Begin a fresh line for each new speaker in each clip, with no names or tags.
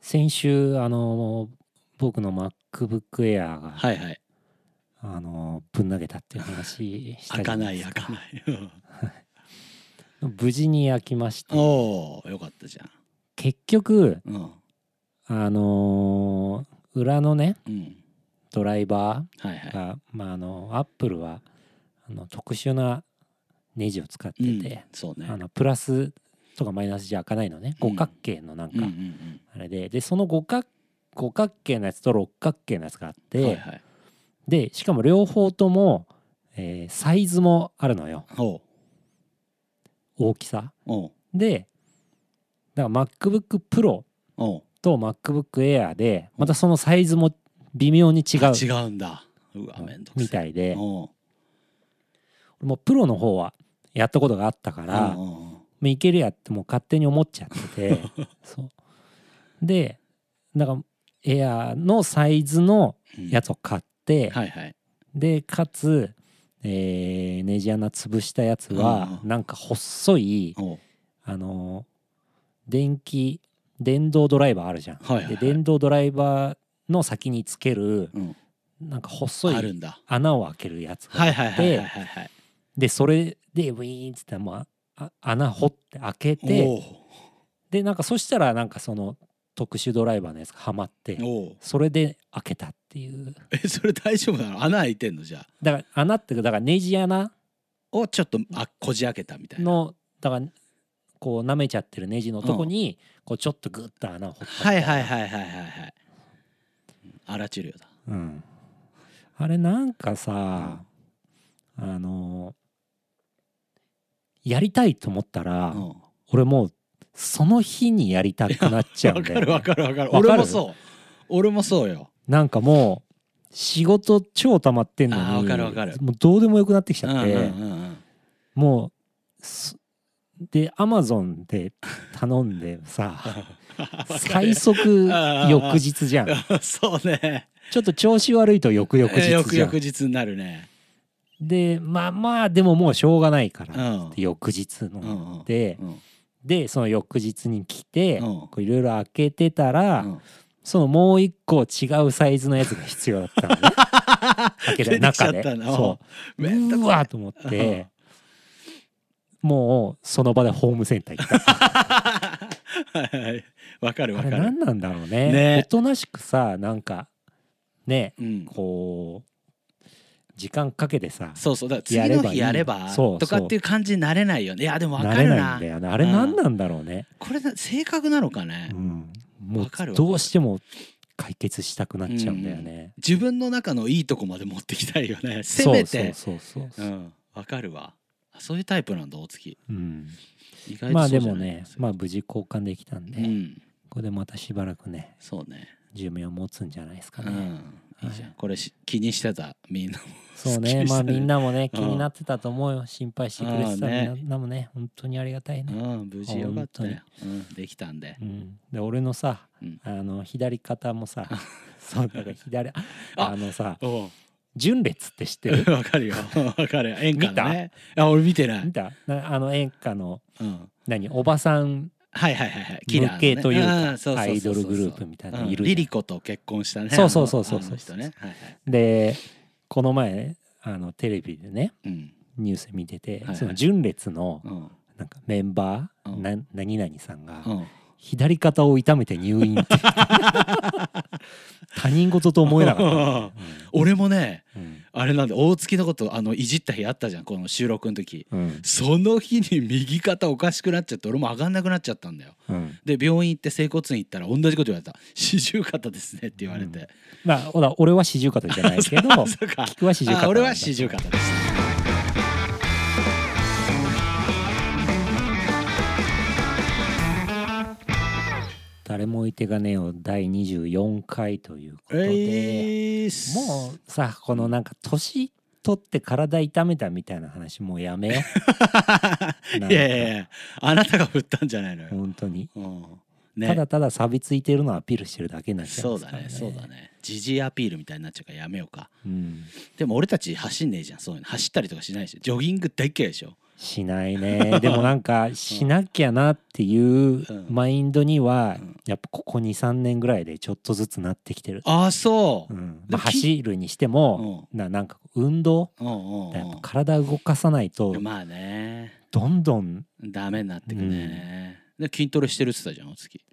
先週あの僕の MacBook Air が、
はいはい。
あのぶん投げたっていう話した
開
じゃ
かない
です
開 かない。うん
無事に開きました
おおよかったじゃ
結局
ん。うん
あのー裏のね
うん
ドライバ
はい
ー
は
が、まあ、あのアップルはあの特殊なネジを使って
い。うん
て、
そうね。
あのプラスとかマイナスじゃ開かないのね
うん
五角形のなん
うんう
か
ん
あれで、でその五角五角形のやつと六角形のやつがあっ
う
て、
ん。はいはい。
でしかも両方とも、えーサイズもあるのよ
おう
大きさ
おう
でだから MacBookPro
おう
と MacBookAir でまたそのサイズも微妙に違う
あ違うんだ。うわめんどく
み
さい。
たいで
おう
もうプロの方はやったことがあったから
うん
も
うんうん
ういけるやってもう勝手に思っちゃってて そうでだからエアーのサイズの
うん
やつを買って、
はいはい。
でかつ、えーネジ穴潰したやつは
うん
なんか細い
おう
あの電気電動ドライバーあるじゃん。
はいはい
で
はい。
電動ドライバーの先につける
うん
なんか細
あるん
い
だ。
穴を開けるやつが
は
あ
い
って
はいはいはいはいはい。
でそれでウィーンっつってもうあ穴掘って開けて
おう
でなんかそしたらなんかその特殊ドライバーのやつがはまって
おう
それで開けたっていう
えそれ大丈夫なの？穴開いてんのじゃあ。
だから穴ってだからネジ穴
をちょっとあこじ開けたみたいな。
のだからこう舐めちゃってるネジのとこにこうちょっとグッと穴を掘った
はいはいはいはいはいはい。あら治療だ。
うん、あれなんかさ、あのやりたいと思ったら、
うん。
俺もうその日にやりたくなっちゃう
わ
んだ
か
よね、
るわかるわか
わ
る
かる
俺もそう俺もそうよ
なんかもう仕事超溜まってんのに
あーわかるわかる
もうどうでもよくなってきち
うん
ゃ
う
っ
んう
て、
ん
もうすでアマゾンで頼んで さ最速翌日 じゃん
うんそうね
ちょっと調子悪いと翌々日じゃん、
翌々日になるね
でまあまあでももうしょうがないから、
うん
で翌日
うん
の、
うん
で
うん
でその翌日に来て、
うん
こういろいろ開けてたら、
うん
そのもう一個違うサイズのやつが必要だったの ね開けた
出てきちゃ
中
っ
で
たな
そ
めんど
うう
くさい
わーと思って、もうその場でホームセンター行った
はいはいわかる
あ
わ
れ
か
何
る
なんだろうね
ね
おとなしくさなんかね
うん
こう時間かけてさ
そうそうだから次の日や
やれ
れ
ばいい
ば
そう
とかっていう感じになれないよねいやでもわか
れ
る
ないん
な
だよねあれ何なんだろうね、
これな性格なのかね
うん、もう
わかるわかる
どうしても解決したくなっちゃうんだよね。
自分の中のいいとこまで持ってきたいよねせめて
そうそうそうそう。
うんわかるわあそういうタイプなんだ大月
うん、
意外と
まあ
そ
で
うじゃ
も
ない
ね、まあ無事交換できたんで、
うん
これでまたしばらくね
そうね
寿命を持つんじゃないですか
う
ね。
んいいじゃん
は
これし気にしてたみんなも
そう
すっき
ね、
りし
まあ
たね
みんなもね
う
気
ん
になってたと思うよ。心配してくれてた
ああね
みんなもね本当にありがたいね。
うん無事よかったよ、うん、できたんで
うん、で俺のさ、
うん
あの左肩もさ、そうだから 左あのさ
お
順列って知ってる？
うわかるよわかるよ演歌のねあ俺見てない、う
見
ん、
た？なあの演歌の何おばさん
はいはいはいはい
無形というか
あーそうそうそうそう
アイドルグループみたいなのいるじゃん
うんリリコと結婚したね
そうそうそうそう
あのあの人ねはいはい
でこの前あのテレビでね
うん
ニュース見てて、
はいはい
その純烈の
うん
なんかメンバー、
うん
な何々さんが
うん
左肩を痛めて入院って 他人事と思えなかっ
俺もね
た、うん
あれなんで大月のことあのいじった日あったじゃんこの収録の時
うん
その日に右肩おかしくなっちゃって俺も上がんなくなっちゃったんだよ
うん
で病院行って整骨院行ったら同じこと言われた「四十肩ですね」って言われて、
まあほら俺は四十肩じゃないけど
あそうか
聞くは四十
あ
肩
俺は四十肩です
誰も置いてがねえよ第24回ということで、
えー、
もうさこのなんか年取って体痛めたみたいな話もうやめようなんか
いやいやいやあなたが振ったんじゃないのよ、
本当に、
うんね、
ただただ錆びついてるのをアピールしてるだけになっちゃい
そ
ま
う
す
だ
からね
ねそうだねジジイアピールみたいになっちゃうからやめようか
うん
でも俺たち走んねえじゃんそういうの走ったりとかしないでしょジョギング大っ嫌いでしょ
しない ねでもなんかしなきゃなっていう
うん
マインドには
うん
やっぱここ23年ぐらいでちょっとずつなってきてる、
ああそ
うんまあ、
でもき
走るにして
う、うん
も、ななんか運動
うんうん
やっぱ体動かさないと
まあね
どんどん
ダメになってくね、で筋トレしてるって言ってたじゃんお月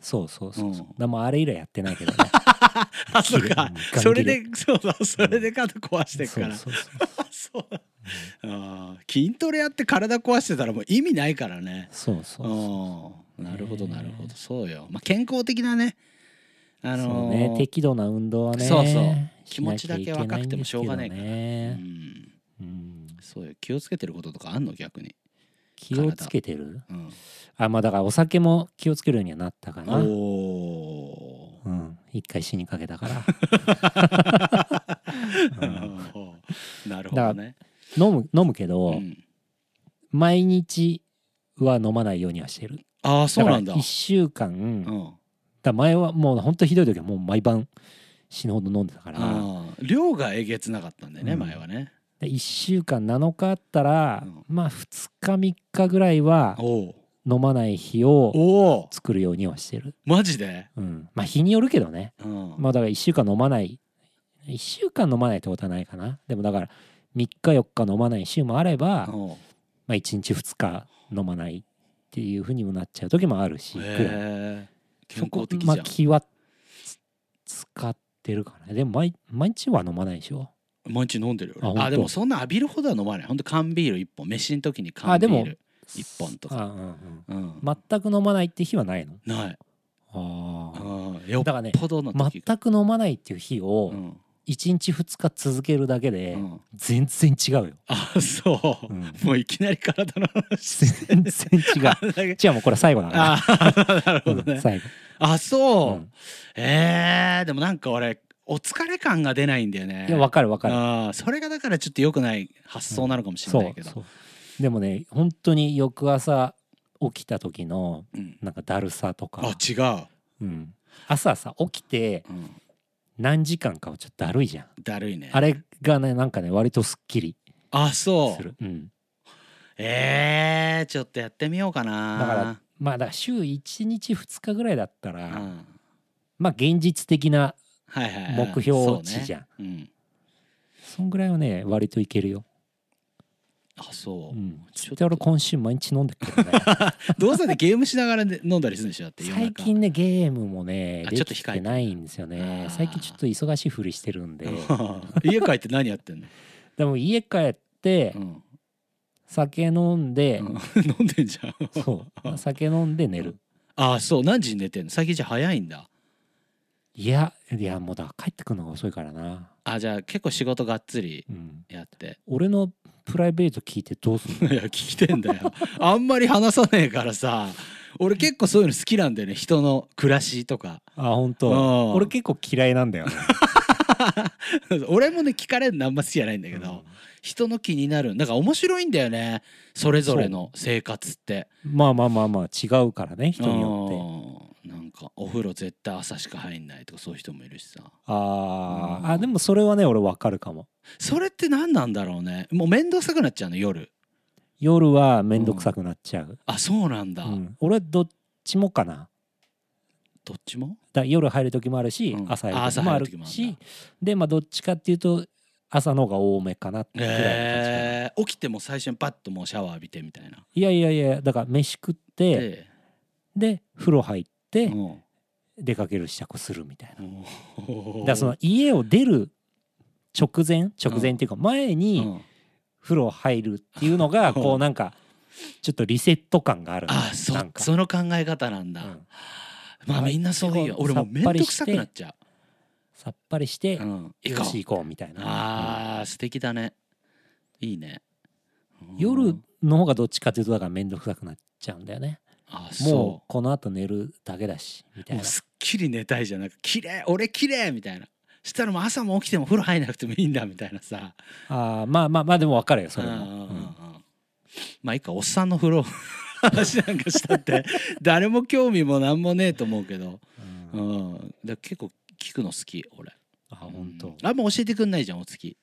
そうそうそうそう
うん
でもあれ以来やってないけどね
あそっ
切れ
か
うん
それ
ガ
でそうそうそれで肩壊 してっから、
そうそうそう
あそうあー筋トレやって体壊してたらもう意味ないからね
そうそうそう
うんなるほど
ね
なるほどそうよ、まあ、健康的なねあ
そう
のー
ね適度な運動はね
そうそう
しなきゃいけないんですけどね
気持ちだけ若くてもしょうがないからう
ね、
ん、
うん、
そうよ気をつけてることとかあんの逆に、
気をつけてる
うん、
あまあだからお酒も気をつけるようにはなったかな
おー
うん一回死にかけたから
なるほどね。
飲む飲むけど、
うん
毎日は飲まないようにはしてる
ああそうなんだ。
1週間、
う
だか
ん
ら前はもうほんとひどい時はもう毎晩死ぬほど飲んでたから、
あー量がえげつなかったんだよね、
うん
前はね。
で1週間7日あったら、
うん
まあ2日3日ぐらいは
おう
飲まない日を
おお
作るようにはしてる、
マジで、
うん、まあ日によるけどね
うん
まあだから1週間飲まない1週間飲まないってことはないかなでもだから3日4日飲まない週もあれば、
おう
まあ、1日2日飲まないっていうふうにもなっちゃう時もあるし、ぐらい
へえ健
そこ
康的じ
ま
ゃ
あ
ん。
気はつ使ってるかなでも毎毎日は飲まないでしょ
毎日飲んでるよ。
あ
あ
ほんと
あでもそんな浴びるほどは飲まない。本当缶ビール一本飯の時に
あ
缶ビ
で
ー
も
ル。一本とか
あうん
うん
うん、全く飲まないって日はないの
ない。う
あ
んよっ
だからね
ぽどの
あ
時。
全く飲まないっていう日を
うん
1日2日続けるだけで
うん
全然違うよ、
あそう、
うん
もういきなり体の話して
全然違うじゃあもうこれ最後だから
ああなるほど
うん
ね。
最後
あそ
う
う、
ん
えー、でもなんか俺お疲れ感が出ないんだよね。
いやわかるわかる
あーそれがだからちょっと良くない発想なのかもしれ
そ
な
う
いけど。
そうでもね本当に翌朝起きた時の
うん
なんかだるさとか
あ違う、
うん、朝さ起きて
うん。
何時間かはちょっとだるいじゃん
だるいね。
あれがねなんかね割とすっきり
あそ
す
う。
る、うん、
えー、ちょっとやってみようかな。
だからまあだから週1日2日ぐらいだったら、
うん
まあ現実的な
はいはいはい、
目標値じゃん、
そうね
そんぐらいはね割といけるよ、
うん、あそうう。
ん、
ち
ちょ
ょっ
っ
と
と俺今週毎日飲んでるけどね
どうせでゲームしながらね飲んだりするんでしょだって夜中
最近ねゲームもね
あ
で
ちょっと
き
控え
て
て
ないんですよね
あー
最近ちょっと忙しいふりしてるんで
家帰って何やってんの、
でも家帰って
うん
酒飲んで、
うん飲んでんじゃん。
そう酒飲んで寝る
ああそう何時に寝てんの最近じゃあ早いんだ
いやいやもうだから帰ってくるのが遅いからな、
あじゃあ結構仕事がっつり
うん、
やって
俺のプライベート聞いてどうすん
い
の
や聞いてんだよあんまり話さねえからさ俺結構そういうの好きなんだよね人の暮らしとか
あ本
うん
当。俺結構嫌いなんだよね、
俺もね聞かれるのあんま好きじゃないんだけど、人の気になるだから面白いんだよねそれぞれの生活って
まあまあまあまあ違うからね人によって
うんなんかお風呂絶対朝しか入んないとかそういう人もいるしさ
あ
うん
ーあでもそれはね俺わかるかも
それって何なんだろうねもう面倒くさくなっちゃうの夜
夜は面倒くさくなっちゃう、
あそうなんだ、
うん俺はどっちもかな
どっちも
だ夜入る時もあるし、
うん
朝入る時もある
あ朝入る時もあるん
しでまあどっちかっていうと朝の方が多めかなってぐらいの感じかな、
えー、起きても最初にパッともうシャワー浴びてみたいな。
いやいやいやだから飯食って
で、
で風呂入って
うん
出かける支度するみたいなだ
おー
からその家を出る直前直前っていうか前
う
に
ん
風呂入るっていうのが
うん
こうなんかちょっとリセット感がある
あそ
なんか
その考え方なんだ。
うん
まあみんなそういうよ。俺もうめんどくさくなっちゃ
さっぱりして
う。うん、
よし行こうみたいな
あー素敵だね。いいね。うん
夜の方がどっちかっていうとだから面倒くさくなっちゃうんだよね
あ
も
そう
このあと寝るだけだしみ
う
たい
も
な
うすっきり寝たいじゃんなんか綺麗俺綺麗みたいな。したらもう朝も起きても風呂入らなくてもいいんだみたいなさ。
あーまあまあまあでも分かるよそれ
うん
も
うんうんう
うんん
まあいいかおっさんの風呂 話なんかしたって誰も興味もなんもねえと思うけど、
う
うんん、だから結構聞くの好き俺
あ本当
うんあんま教えてくんないじゃんお月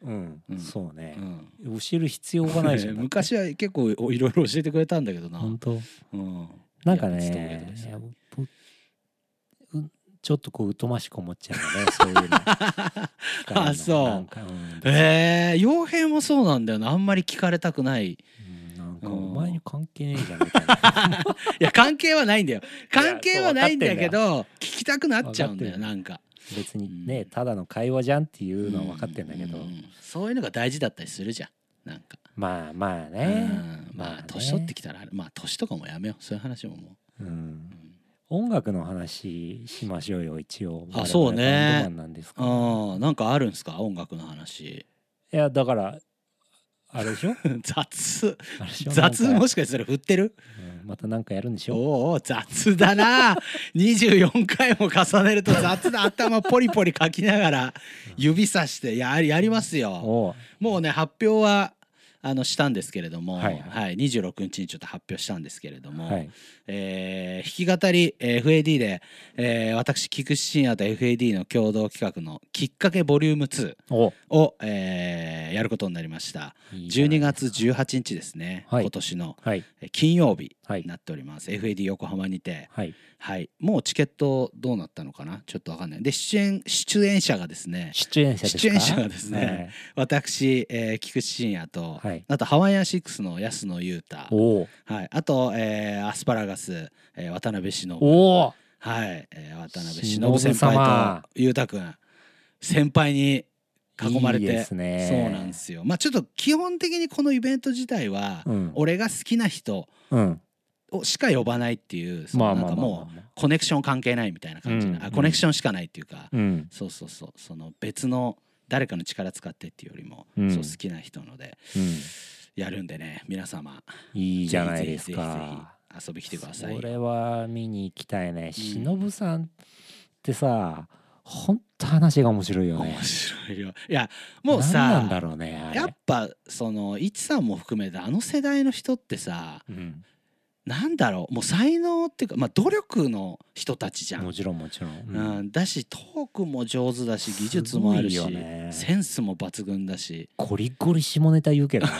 うん
うん
そうね
う、ん
教える必要がない じゃん
昔は結構おいろいろ教えてくれたんだけどな、
本当
うん、
なんか
いやちょっと覚えてま
ね
した
いや僕うんちょっとこう疎ましく思っちゃうよねそういうの
あそう
なんかうん
ええ傭兵もそうなんだよなあんまり聞かれたく ないい
うんなんか
うん
お前に関係ねえじゃんみたい な
や関係はないんだよ
や
関係はないんだけど聞きたくなっちゃうんだよ
分か
なんか
別に
う
ね
ん
ただの会話じゃんっていうのは分かってんだけど
うそういうのが大事だったりするじゃんなんか、
まあまあね
うんま
まあ
あ
ね
年取ってきたらあるまあ年とかもやめようそういう話もも
う
う、
ん
うん
音楽の話しましょうよ一応
あそう
我々
ね
バンドマンなんですから
あーなんかあるんすか音楽の話
いやだからあれでしょ
雑
あれでしょ
雑
なんか
もしかしたら振ってる
うんまたなんかやるんでしょ
おお雑だな24回も重ねると雑だ頭ポリポリ書きながら指さしてややりますよ
おう
もうね発表はあのしたんですけれども、は
はいい
26日にちょっと発表したんですけれども、
はい
えー弾き語り、えー FAD で、えー私菊池真也と FAD の共同企画の「きっかけボリューム2
お
を、えーやることになりました
いいじゃな
12
い
月18日ですね、
はい
今年の
はい
えー金曜日
は
に
い
なっております、FAD 横浜にて
はい
はいもうチケットどうなったのかなちょっとわかんないで出演出演者がですね
出演者ですか
出演者がですね私、えー菊池真也と、
はい
あとハワイアンシックスの安野裕太
はいおう
はい、あと、えーアスパラガス、えー渡辺忍
おう
はい、えー渡辺忍
忍
先輩
様
と裕太君先輩に囲まれて
いいですね
そうなんですよまあちょっと基本的にこのイベント自体は、
うん
俺が好きな人
うん
をしか呼ばないっていうそ
ま
の
あ
なん
まあ
か
まあ
も
まあまあ
うコネクション関係ないみたいな感じな、
うん
あコネクションしかないっていうか、
うん
そうそうそうその別の誰かの力使ってっていうよりも、
うん
そう好きな人ので
うん
やるんでね皆様
いいじゃないです
ぜひぜひぜ
か
ひ遊び来てくださ
そ
いよ
れは見に行きたいねしの
う
ぶさんってさほんと話が面白いよね
面白いよいやもうさ
何なんだろうねあれ
やっぱそのいちさんも含めてあの世代の人ってさ
うん
なんだろうもう才能っていうか、まあ、努力の人たちじゃん
も、ちろんもちろんう
うんん、だしトークも上手だし技術もあるし
す、ごいよね
センスも抜群だし
ゴリゴリ下ネタ言うけどね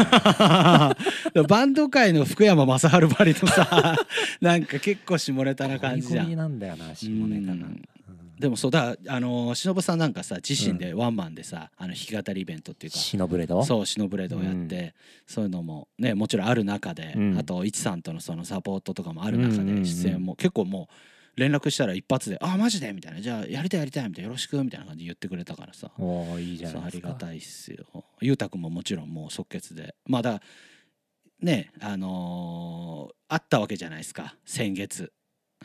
バ ンド界の福山雅治ばりのさ なんか結構下ネタな
ゴ
感
リ
じじ
ゴ
ゃ
リ
ん。
なんだよな下ネタが
うん
うん
でもそうだあのー忍さんなんかさ自身でワンマンでさ、あの弾き語りイベントっていうか
シノブレド
そうシノブレードをやって、そういうのもねもちろんある中で、
うん
あといちさんとのそのサポートとかもある中
うんうんう
で
ん
出演も結構もう連絡したら一発で「あマジで?」みたいな「じゃあやりたいやりたい」みたいな「よろしく」みたいな感じで言ってくれたからさ
おおいいじゃ
そう
ない
あ
です
り
か
がたいっすよ。ゆうたくんももちろんもう即決でまあだからねあのーあったわけじゃないですか先月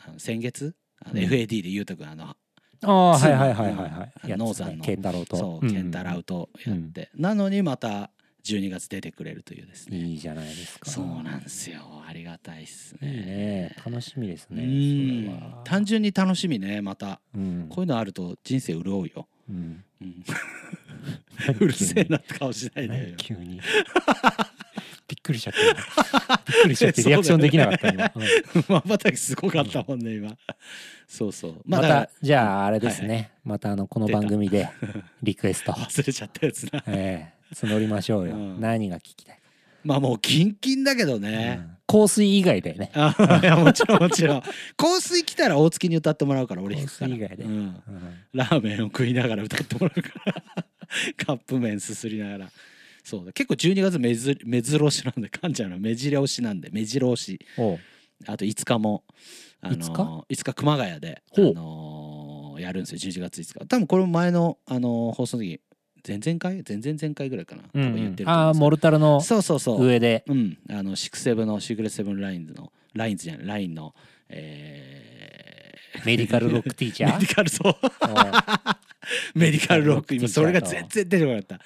あの先月あの
うん
FAD でゆうたくんあの
ああはいはいはいはいは
うん
いや
ノー
つ
ザン
ね
の
ケンタロウと
そう、
ん
ケンタラウとやって、なのにまた12月出てくれるというですね
いいじゃないですか
そうなんですよありがたいっす
いい
ね
ね楽しみです
う
ね
ん
それは
単純に楽しみねまた
うん
こういうのあると人生潤うよ、
うん
うん うるせえなって顔しないで
何
よ
急に びっくりしちゃった今 びっくりしちゃってリアクションできなかった 今うん
まばたきすごかったもんね今そうそう
ま
まあだから
たじゃああれですねまたあのこの番組でリクエ スト
忘れちゃったやつな
ええ募りましょうよ
うん
何が聞きたい
まあもうキンキンだけど
かう
ね、
ん香水以外だよね
あいやもちろんもちろん 香水来たら大月に歌ってもらうから俺弾くから
香水以外で
うん
うん
ラーメンを食いながら歌ってもらうから カップ麺すすりながらそうだ結構12月目ず目ずろしなんで噛んじゃうの目じろ押しなんで目じろ押し
おう
あと5日も、あのー、
5
5日熊谷で、あ
ほう
のーやるんですよ11月5日多分これも前の、あのー放送の時前々回前々前回ぐらいかな、
うんう
多分言っ
ん
てると思
ああ
うんですよ
モルタルの
そうそうそう
上で
うん、あのシクセブのシークレットセブンラインズのラインズじゃないラインの、え
メディカルロックティーチ
ー、
ャ
メデ
ー
ィカ ルそうメディカルロック今それが全然出てこなかった、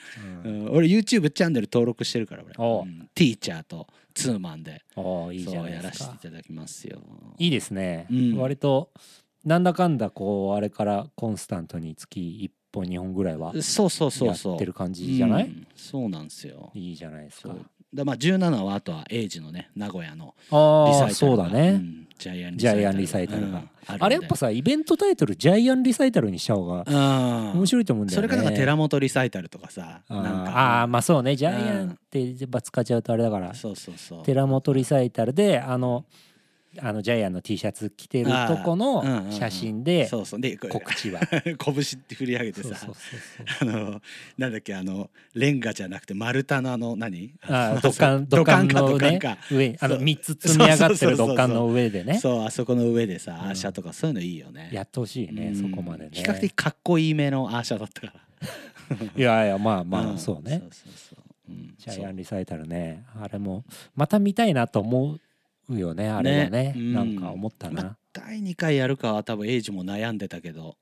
うん
うん、俺 YouTube チャンネル登録してるから俺、
おう
うん、ティーチャーとツーマンで
おういいじゃ
そ
な
う
い
や
で
ら
す
せ
か
ていただきますよ
いいですね、
うん
割となんだかんだこうあれからコンスタントに月1本2本ぐらいは
そうそうそ
や
うそう
ってる感じじゃない
うんそうなんですよ
いいじゃないです
そ
か
うだまあ17はあとはエイジのね名古屋のリ
ああ
サイタルが
そうだ
う
ね、
んジャイアン
ジャイアンリサイタルが
うんるんで
あれやっぱさイベントタイトルジャイアンリサイタルにした方が
うん
面白いと思うんだよ
そ
ね
れかなんか寺本リサイタルとかさ
あ
なん
ー
か
あーまあそうねジャイアンってやっぱ使っちゃうとあれだから
そうそうそう
寺本リサイタルであのあのジャイアンの T シャツ着てるとこ
あーうんうんうん
の写真で
そうそうでこう
告知は
拳って振り上げて
そうそうそ
さ
うそう
あのなんだっけあのレンガじゃなくて丸太のあの何
あー 土管
土
土
管
管
か
の
土
ね
管か
上にあの
そう
3つ積み上がって
そうそうそう
る
そう
土管の上でね
そうあそこの上でさ
うん
アーシャとかそういうのいいよね
やってほしいね
うん
そこまでね
比較的かっこいいめのアーシャだったから
いやいやまあま
ん
あそうね
そうそうそううん
ジャ
そ
イ
う
アンリサイタルねあれもまた見たいなと思うよねあれはね
ねうん
なんか思ったな
第2回やるかは多分エイジも悩んでたけど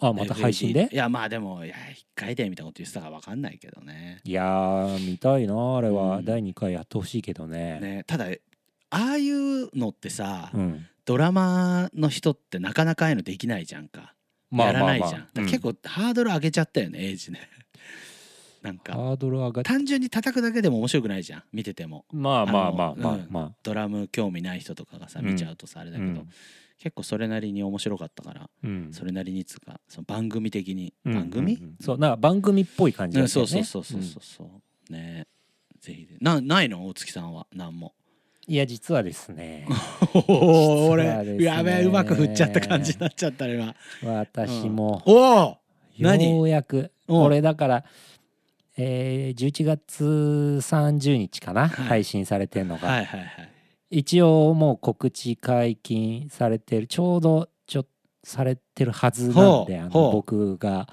あまた配信で
FAD いやまあでもいや1回でみたいなこと言ってたか分かんないけどね
いやー見たいなあれ
う
は
ん
第2回やってほしいけどね
ねただああいうのってさ、
うん
ドラマの人ってなかなかああいうのできないじゃんか、
まあ
や
ま
ら
あ
ないじ
ま
ゃん、
あ
だから結
うん
構ハードル上げちゃったよねエイジね なんか
ハードル上がっ
単純に叩くだけでも面白くないじゃん見てても
まあまあまあ
あの
まあ
うん
まあ
ドラム興味ない人とかがさ
うん
見ちゃうとさ、あれだけど、
うん
結構それなりに面白かったから、
うん
それなりにつうかその番組的に、
うん
番組、
うんうんそうなんか番組っぽい感じ
う
だ
ん
ったよ
そう
ね
そうそうそうそうそう、ねぜひでなないの大月さんは何も
うんいや実はです ね
おー
実はです
俺
ね
やべえうまく振っちゃった感じになっちゃったね今
私も
おお何
ようやく
うん
これだからえー11月30日かな
はい
配信されてるの
は
が
いはいはい
一応もう告知解禁されてるちょうどちょされてるはずなんで
ほう
あの
ほう
僕が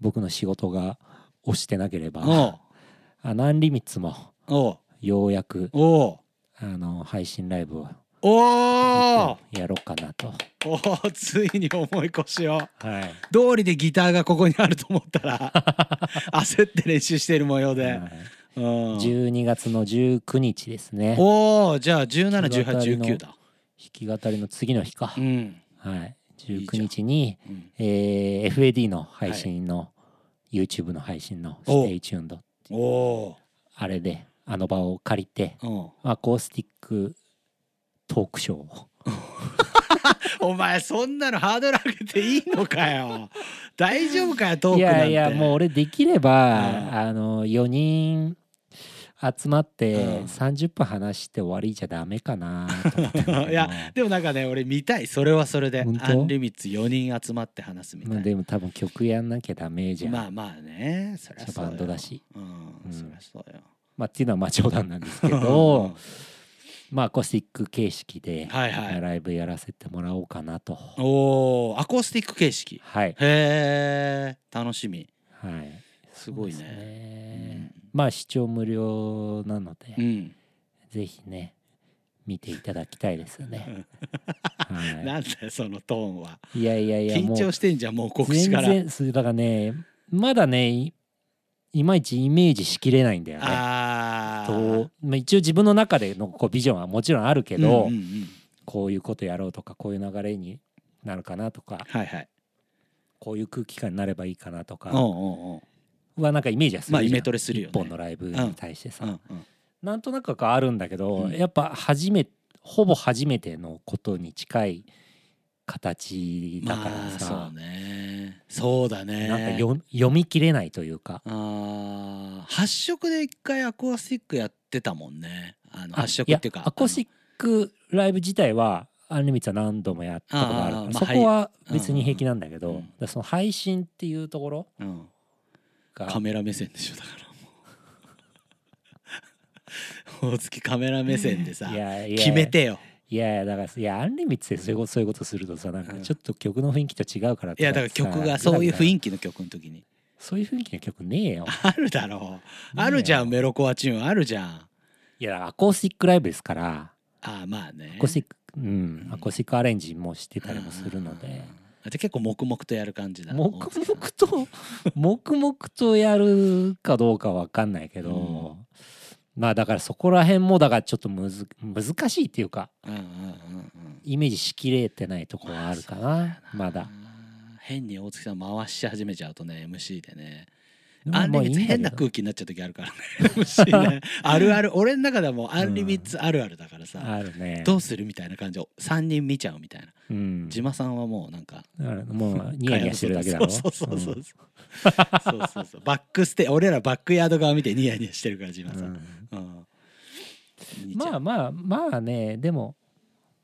僕の仕事が押してなければ
お
「アナンリミッツ」も
お
ようやく
おお
あの配信ライブを
おお
やろうかなと。
おーついに重い腰を
はい。
通りでギターがここにあると思ったら 焦って練習してる模様で
は、
うん
い、12月の19日ですね。弾
おおじゃあ171819だ
き語りの次の日か
う。ん、
はい。19日に
うん、
えー FAD の配信の、YouTube の配信の「
お
Stay Tuned
おお」
あれであの場を借りて
ーうん
アコースティックトークショーを
お前そんなのハードル上げていいの かよ大丈夫かよ
い
トークなん
や
て
いやもう俺できれ
うん
ばあの4人集まって
うん
30分話して終わりじゃダメかなと思ってんだけど
いやでもなんかね俺見たいそれはそれで
本当
アンリミッツ4人集まって話すみ
ま
た
あ
い
でも多分曲やんなきゃダメじゃ、
なんまあまあねそりゃそうよ
バンドだし
うん、
うん
そりゃそうよ
まあ、っていうのはまあ冗談なんですけ
うん
どまあアコースティック形式で
はいはい
ライブやらせてもらおうかなと
おおアコースティック形式
はい
へえ楽しみ
はい
すごいね
そうですねまあ視聴無料なので、
うん、
ぜひね見ていただきたいですよね、は、
なんだよそのトーンはい
いやいやいや
緊
も
張
う
してんじゃんもう告知
全
から
然そうだからねまだねいいまいちイメージしきれないんだよね
ああ
とまあ、一応自分の中でのこうビジョンはもちろんあるけど、
うんうんうん
こういうことやろうとかこういう流れになるかなとか
はいはい
こういう空気感になればいいかなと
うんう
か
んうん
はなんかイメージはするじゃん
まあイメトレするよね
一本のライブに対してさ、
うんうん
なんとなくはあるんだけど、
うん
やっぱ初めほぼ初めてのことに近い形だか
ま
ら
あ
さ、
そうねそうだね
なんかよ読み切れないというか
あー発色で一回アコースティックやってたもんねあの
あ
発色っていうか
やアコースティックライブ自体はアンリミッツは何度もやったことがあるから
あーま
そ
あ
こは別に平気なんだけ
う
ど、
んうんうん
だからその配信っていうところ
あのうん
が
カメラ目線でしょだからもう 大月カメラ目線でさ
いやいや
決めてよ
いやいやだからいやアンリミッツでそういうことそういうことするとさなんか
うん
ちょっと曲の雰囲気と違うから
いやだから曲がそういう雰囲気の曲の時に
そういう雰囲気の曲ねえよ
あるだろう あるじゃん
ねえ
メロコアチューンあるじゃんあ
いやアコースティックライブですから
ーまあね
アコースティックう
う
ん
ん
アコースティックアレンジもしてたりもするの
うんうんうん
で
あじゃあ結構黙々とやる感じだ
黙々と 黙々とやるかどうかわかんないけど、まあだからそこら辺もだからちょっとむず難しいっていうか
うんうんうんうん
イメージしきれてないとこはあるかな、ま
あ
だ
ー変に大月さん回し始めちゃうとね MC でねアンリミッツ変な空気になっちゃう時あるからね むしろねあるある俺の中ではもうアンリミッツあるあるだからさ、
あるね
どうするみたいな感じを3人見ちゃうみたいな
うん
自慢さんはもうなんか
だからもうニヤニヤしてるだけだろ
そうそうそうそうそうそうそうそうバックステ俺らバックヤード側見てニヤニヤしてるから自慢
う
さ
ん
ん、うん
うんまあまあまあねでも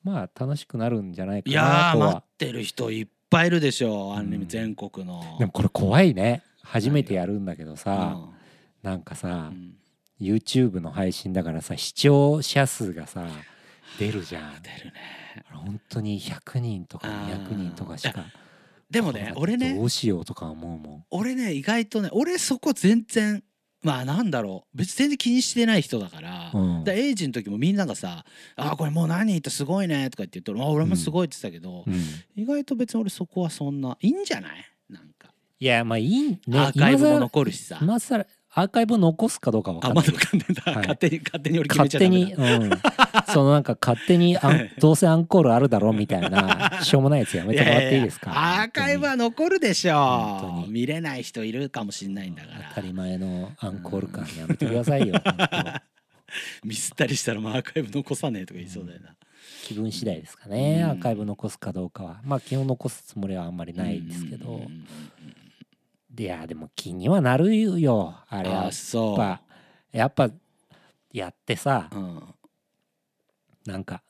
まあ楽しくなるんじゃないか
いや
な
ー
と
待っ
は
てる人いっぱいいるでしょアンリミ
うん
全国の
でもこれ怖いね初めてやるんだけどさなんか
うん
さ
うん
YouTube の配信だからさ視聴者数がさ出るじゃん
出るね
あれ本当に100人とか200人とかしか
でも
来な
ね
かった
俺
ど
ね
うしようとか思うもん
俺ね意外とね俺そこ全然まあなんだろう別に全然気にしてない人だから、
うん
だからエイジの時もみんながさ「あーこれもう何言ってすごいね」とか言って言ってあ俺もすごい」って言ってたけど、
うん
意外と別に俺そこはそんないいんじゃないなんか、
いやまあいいね
アーカイブも残るしさ、
今更アーカイブ残すかどうか分か
あ
んな
ま
い
だわかんないんだ、
はい
勝手に勝手に俺決め
勝
ちゃダ
手
メだ
に、うん、そのなんか勝手にあんどうせアンコールあるだろうみたい なしょうもないやつやめてもらっていいですか
ややアーカイブは残るでし
本
ょ
当に
見れない人いるかもしんないんだから
当たり前のアンコール感やめてくださいよ本当
ミスったりしたらもうアーカイブ残さねえとか言いそうだよな、
気分次第ですかね、
うん
アーカイブ残すかどうかはまあ基本残すつもりはあんまりないですけ
うんうん
ど
うんうん
いやでも気にはなるよあれは
あ
や
ー
っ
そう
ぱやっぱやってさ
うん
なんか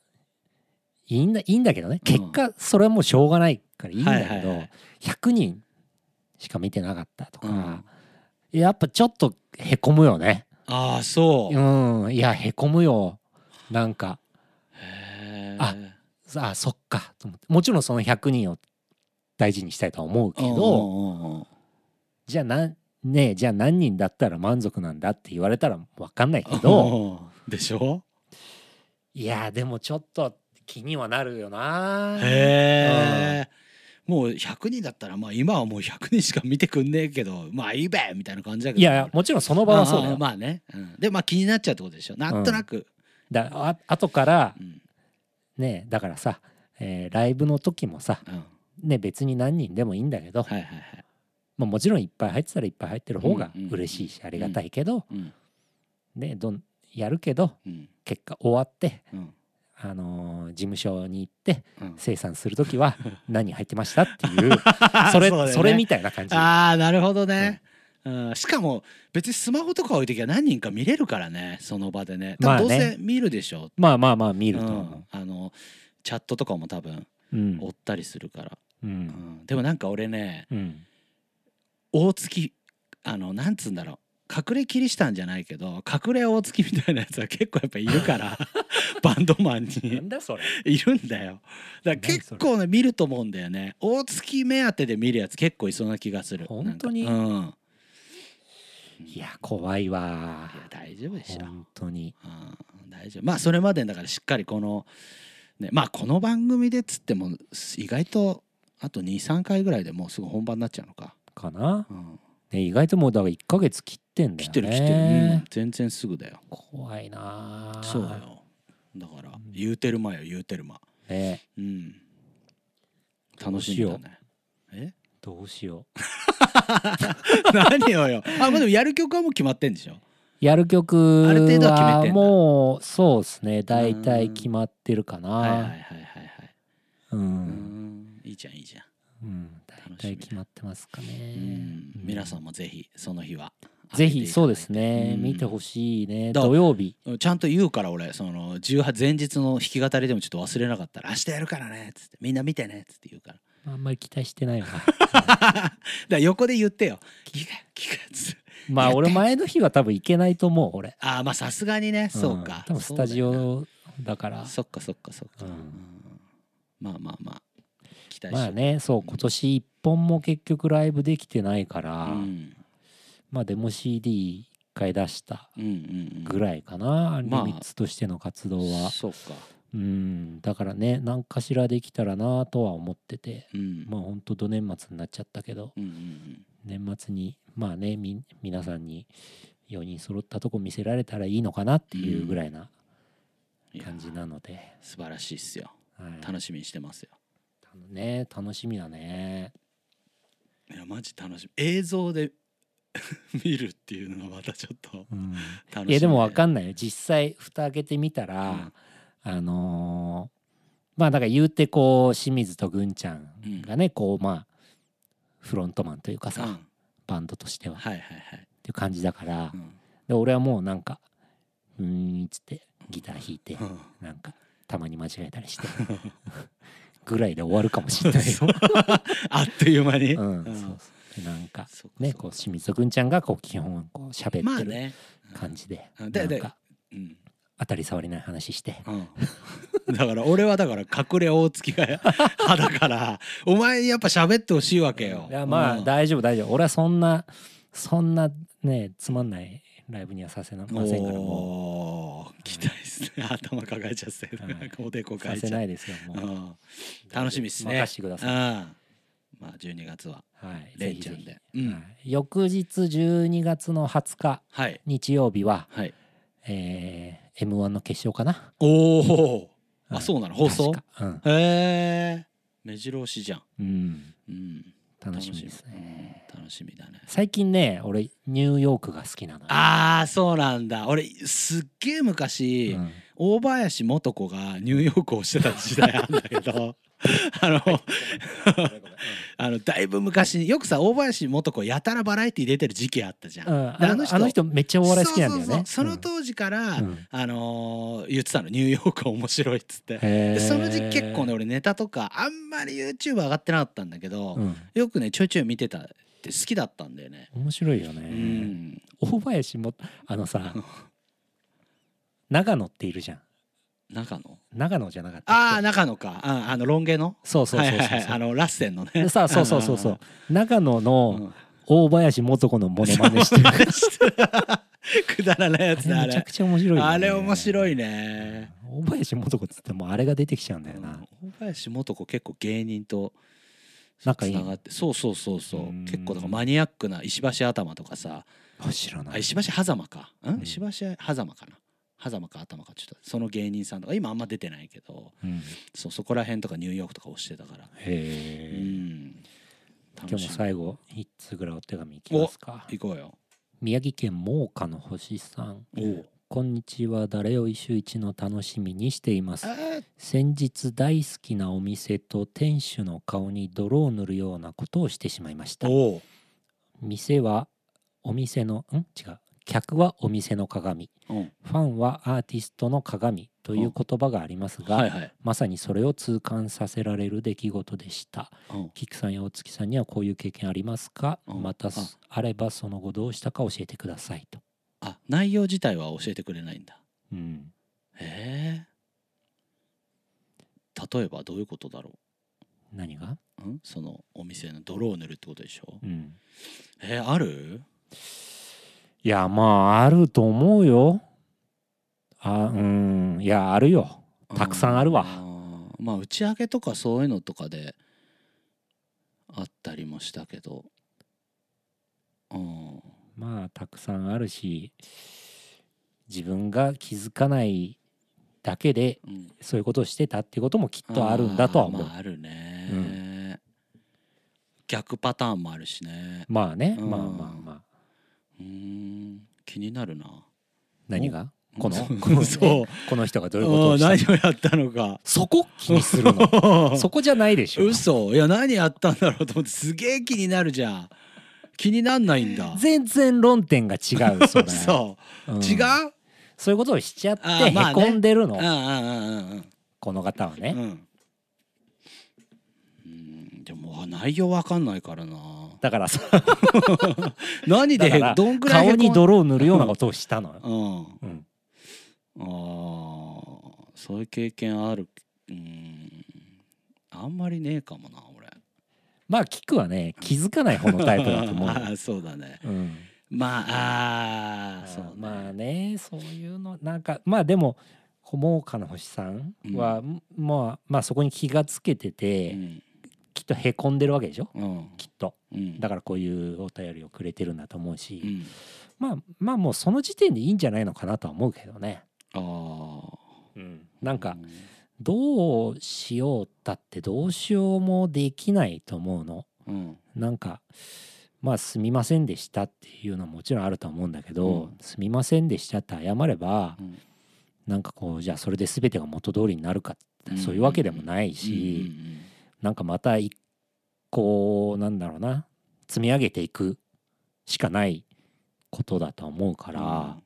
いいんだいいんだけどね結果それはもうしょうがないからいいんだ
は
け
いはいは
ど
い
100人しか見てなかったと
うん
か、やっぱちょっとへこむよね
ああそう、
うんいやへこむよなんか
へえ
ああそっかと思ってもちろんその100人を大事にしたいとは思うけど、
うんうんうん
じゃあなんねえじゃあ何人だったら満足なんだって言われたら分かんないけど
どうでしょ
いやでもちょっと気にはなるよな
へえもう100人だったらまあ今はもう100人しか見てくんねえけどまあいいべみたいな感じだけど
いやいやもちろんその場はそうだ
あ
よ
あまあね、うん、でまあ気になっちゃうってことでしょなんとなく、
だあ後から
うん
ねだからさ、えーライブの時もさ、
うん、
ね、別に何人でもいいんだけど、
はいはいはい、
まあ、もちろんいっぱい入ってたらいっぱい入ってる方が
うんうんうん
嬉しいしありがたいけど、
うん
ね、どんやるけど
うん
結果終わって、
うん
あのー事務所に行って
うん、
生産する時 は何入ってましたっていうそれそ,、
うだよね
れみたいな感じ
ああなるほどね、うんしかも別にスマホとか置いてきゃ何人か見れるからねその場でね多
まあ
分どう
ね
せ見るでしょう、
まあまあまあ見ると
う
思
ん、あのチャットとかも多分
う。うん
追ったりするから、
う
うんん、でもなんか俺ね
うん
大月あのなんつうんだろう隠れキリシタンじゃないけど隠れ大月みたいなやつは結構やっぱいるから バンドマン
な
に
んだそれ
いるんだよだから
何そ
結
れ
構ね見ると思うんだよね大月目当てで見るやつ結構いそうな気がする
本当に
なんかうん
いや怖いわ
いや大丈夫でしょ、
本当に
うん、大丈夫まあそれまでだからしっかりこの、ね、まあこの番組でっつっても意外とあと23回ぐらいでもうすぐ本番になっちゃうのか、
かな
うん、
ね、意外ともうだから1ヶ月切ってんだ
来
よね
てる来てる、うん、全然すぐだよ
怖いなあ
そうだよだから
うん
言うてる間よ言うてる間
ね
うん楽しみだねえ
どうしよう
何をよあまあでもやる曲はもう決まってんでしょ
やる曲
ある程度は決めてん
は
だ
もうそうですね大体決まってるか
はいはいはい
な
はいはい
うん、
うーんいいじゃんいいじゃん
うん大
楽しみ
体
だ
決まってますかね
うん皆さん
も
もぜひその日は
ぜひそうですね、
うん
見てほしいね
どう
土曜日
ちゃんと言うから俺その18前日の弾き語りでもちょっと忘れなかったら「明日やるからね」っつって「みんな見てね」っつって言うから
あんまり期待してないわ
だから横で言ってよ「聞く聞く」っつって
まあ俺前の日は多分行けないと思う俺
ああまあさすがにねそうか
ん多分スタジオだから
そうだよなそっかそっかそっか
うん
うんまあまあまあ期待し
まあ
よう
ねそう今年一本も結局ライブできてないから、
うん
まあデモ CD1 回出した
うんうん
ぐらいかな、アンリミ
まあ
ッツとしての活動
う
は、
んそうか
うんだからね何かしらできたらなとは思ってて
うん
まあほんとど年末になっちゃったけど
うんうん
年末にまあねみ皆さんに4人揃ったとこ見せられたらいいのかなっていうぐらいな
うんいや
感じなので、
素晴らしいっすよ
はい
楽しみにしてますよ
たね楽しみだね
いやマジ楽しみ映像で 見るっていうのがまたちょっと
うん
楽し
いやでもわか
ん
んないよ実際蓋開けてみたら、
うん
あのーまあだから言うてこう清水とぐんちゃんがね、こうまあフロントマンというかさ、
うん、
バンドとしてはっ
はいはいはい、
ていう感じだから、
うん
で俺はもうなんか「うーん」っつってギター弾いて、
うん
なんかたまに間違えたりして ぐらいで終わるかもしれ ないよ。
あっという間に、
うん、
う
そ
ん
うそうでなんか
そうか
ね
そうか
こう清水くんちゃんがこう基本こう喋っ
まあ
てる
ね
感、じで,、
うんで
な
で
んか
うん
当たり障りない話して
うん、 だから俺はだから隠れ大月が派だからお前にやっぱ喋ってほしいわけよ。
いやまあ
うん
大丈夫大丈夫俺はそんなそんなねつまんないライブにはさせなませんからも
おー期待ですね頭抱えちゃってる、
はい
おでこ
うさ
抱え
せ
ちゃ
な
う
いですよも
う、
うん
楽しみですね
任してくだ
うん
さい
まあ12月は
はい
レ
ぜ
イ
ひ
ちゃ
ぜ
ん
ひ
で、うん
はい翌日12月の20日
はい
日曜日は、
はい
えー、m 1の決勝かな
おおあそうなの放送
確かうん、
へえ目白押しじゃん、
うん、
うん、
楽しみですね
楽しみだね
最近ね俺ニューヨークが好きなのよ
あーそうなんだ俺すっげえ昔、
うん
大林素子がニューヨークをしてた時代あるんだ けどあのあのだいぶ昔によくさ大林素子やたらバラエティ出てる時期あったじゃん。
うんあ
で
のあの人めっちゃお笑い好きなんだよね
そうそうそうその当時から、
うんうん
あのー言ってたのニューヨークは面白いっつっ
へ
て。
ー
でその時期結構ね俺ネタとかあんまり YouTube 上がってなかったんだけど、
うん
よくねちょいちょい見てたって好きだったんだよね。
面白いよね、
うん、
大林もあの さ長野っているじゃん
中野
長野じゃなかった
あ
な
あ中野かああのロン毛の
そうそう
は
そ
いう
そう、
はいはいあのラッセンのね
でさそうそうそうそう長野
うんうんう
の
ん
大林素子のモノマネ してるあ
くだらないやつ
れ
だあ
めちゃ
れ
くちゃ面白いよね
あれ面白いね
大林素子っつってもうあれが出てきちゃうんだ
う
よ
ん
な、
大林素子結構芸人と
仲いい
つながってそうそうそうそう
うん
結構だからマニアックな石橋頭とかさ
あ知らな
あ
い
石橋狭間か
うん
ん石橋狭間かな狭間か頭かちょっとその芸人さんとか今あんま出てないけど
うん、へ
そうそこら辺とかニューヨークとか押してたからう
え、
ん
今
楽
日
し
も
み
最後一通ぐらいお手紙いきますか
行こうよ
宮城県真岡の星さん
おう
こんにちは誰より週一の楽しみにしています
え
先日大好きなお店と店主の顔に泥を塗るようなことをしてしまいました
おう
店はお店のん違う客はお店の鏡
うん
ファンはアーティストの鏡という言葉がありますが、
はいはい
まさにそれを痛感させられる出来事でした
うん
キクさんや大月さんにはこういう経験ありますか
うん
またすあればその後どうしたか教えてくださいと、
あ内容自体は教えてくれないんだ
うん、
へえ例えばどういうことだろ
何が、
う、ん、そのお店の泥を塗るってことでしょ
うん、
えー、ある
いやまああると思うよあうんいやあるよたくさんあるわ
ーまあ打ち上げとかそういうのとかであったりもしたけどうん
まあたくさんあるし自分が気づかないだけで
うん
そういうことをしてたっていうこともきっとあるんだとは思う
あーまああるね、逆パターンもあるしね
まあね、
うん
まあまあまあ
うーん気になるな
何がこのこ
う
の
んそう
この人がどういうこと
う
を
ん
したの
何をやったのか
そこ気にするの そこじゃないでしょ
嘘いや何やったんだろうと思ってすげえ気になるじゃん気になんないんだ
全然論点が違うそれ
嘘、
うん
違う
そういうことをしちゃって
あーまあ
へ
ね
こんでる
う
の、
んうんうんうん
この方はね、
うんうんでも内容わかんないからな
だからさ
何で
だか
へ
ら
どんくらいへ
顔
こん
に泥を塗るようなことをしたのよ、
うん
うん、
あーそういう経験あるうんあんまりねえかもな俺
まあキクはね気づかない方のタイプだと思う
あ
よ、
ーそうだね
うん、
まああーそうね
まあねそういうのなんかまあでも桃花の星さんは、まあまあそこに気がつけてて、
うん
きっとへこんでるわけでしょ
うん
きっと
うん
だからこういうお便りをくれてるんだと思うし、
うん
まあまあもうその時点でいいんじゃないのかなとは思うけどね、
あ
うん、なん
あ
かどうしようったってどうしようもできないと思うの
うん
なんかまあすみませんでしたっていうのはもちろんあるとは思うんだけど、
うん
すみませんでしたって謝れば
うん
なんかこうじゃあそれで全てが元通りになるかって
うん
そういうわけでもないし、なんかまた一個なんだろうな積み上げていくしかないことだと思うか、
から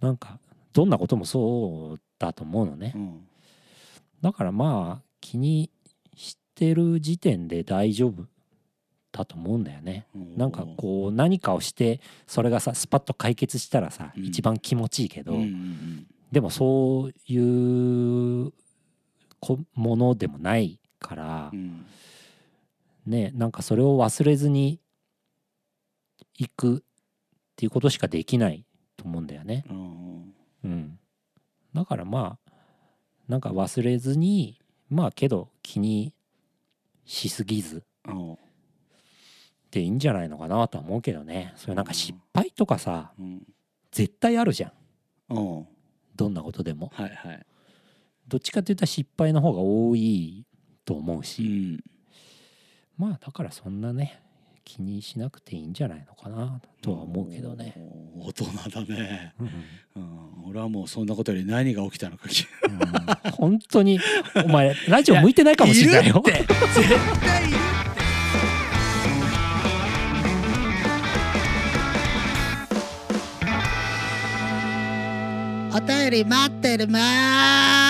なんかどんなこともそうだと思うのね、
うん
だからまあ気にしてる時点で大丈夫だと思うんだよね
うん
なんかこう何かをしてそれがさスパッと解決したらさ、
うん
一番気持ちいいけど、
うんうん
でもそういうこものでもないから、
うんうん
ねなんかそれを忘れずに行くっていうことしかできないと思うんだよね。
うん
うん、だからまあなんか忘れずにまあけど気にしすぎず
うん
でいいんじゃないのかなとは思うけどねそれなんか失敗とかさ
うん
絶対あるじゃん
うん
どんなことでも
はいはい
どっちかっていったら失敗の方が多いと思う
う
し、
ん
まあだからそんなね気にしなくていいんじゃないのかなとは思うけどね。
おー大人だね
うん
うん俺はもうそんなことより何が起きたのか気
うん本当にお前ラジオ向いてないかもしれないよ。
るって絶対いるってお便り待ってるまー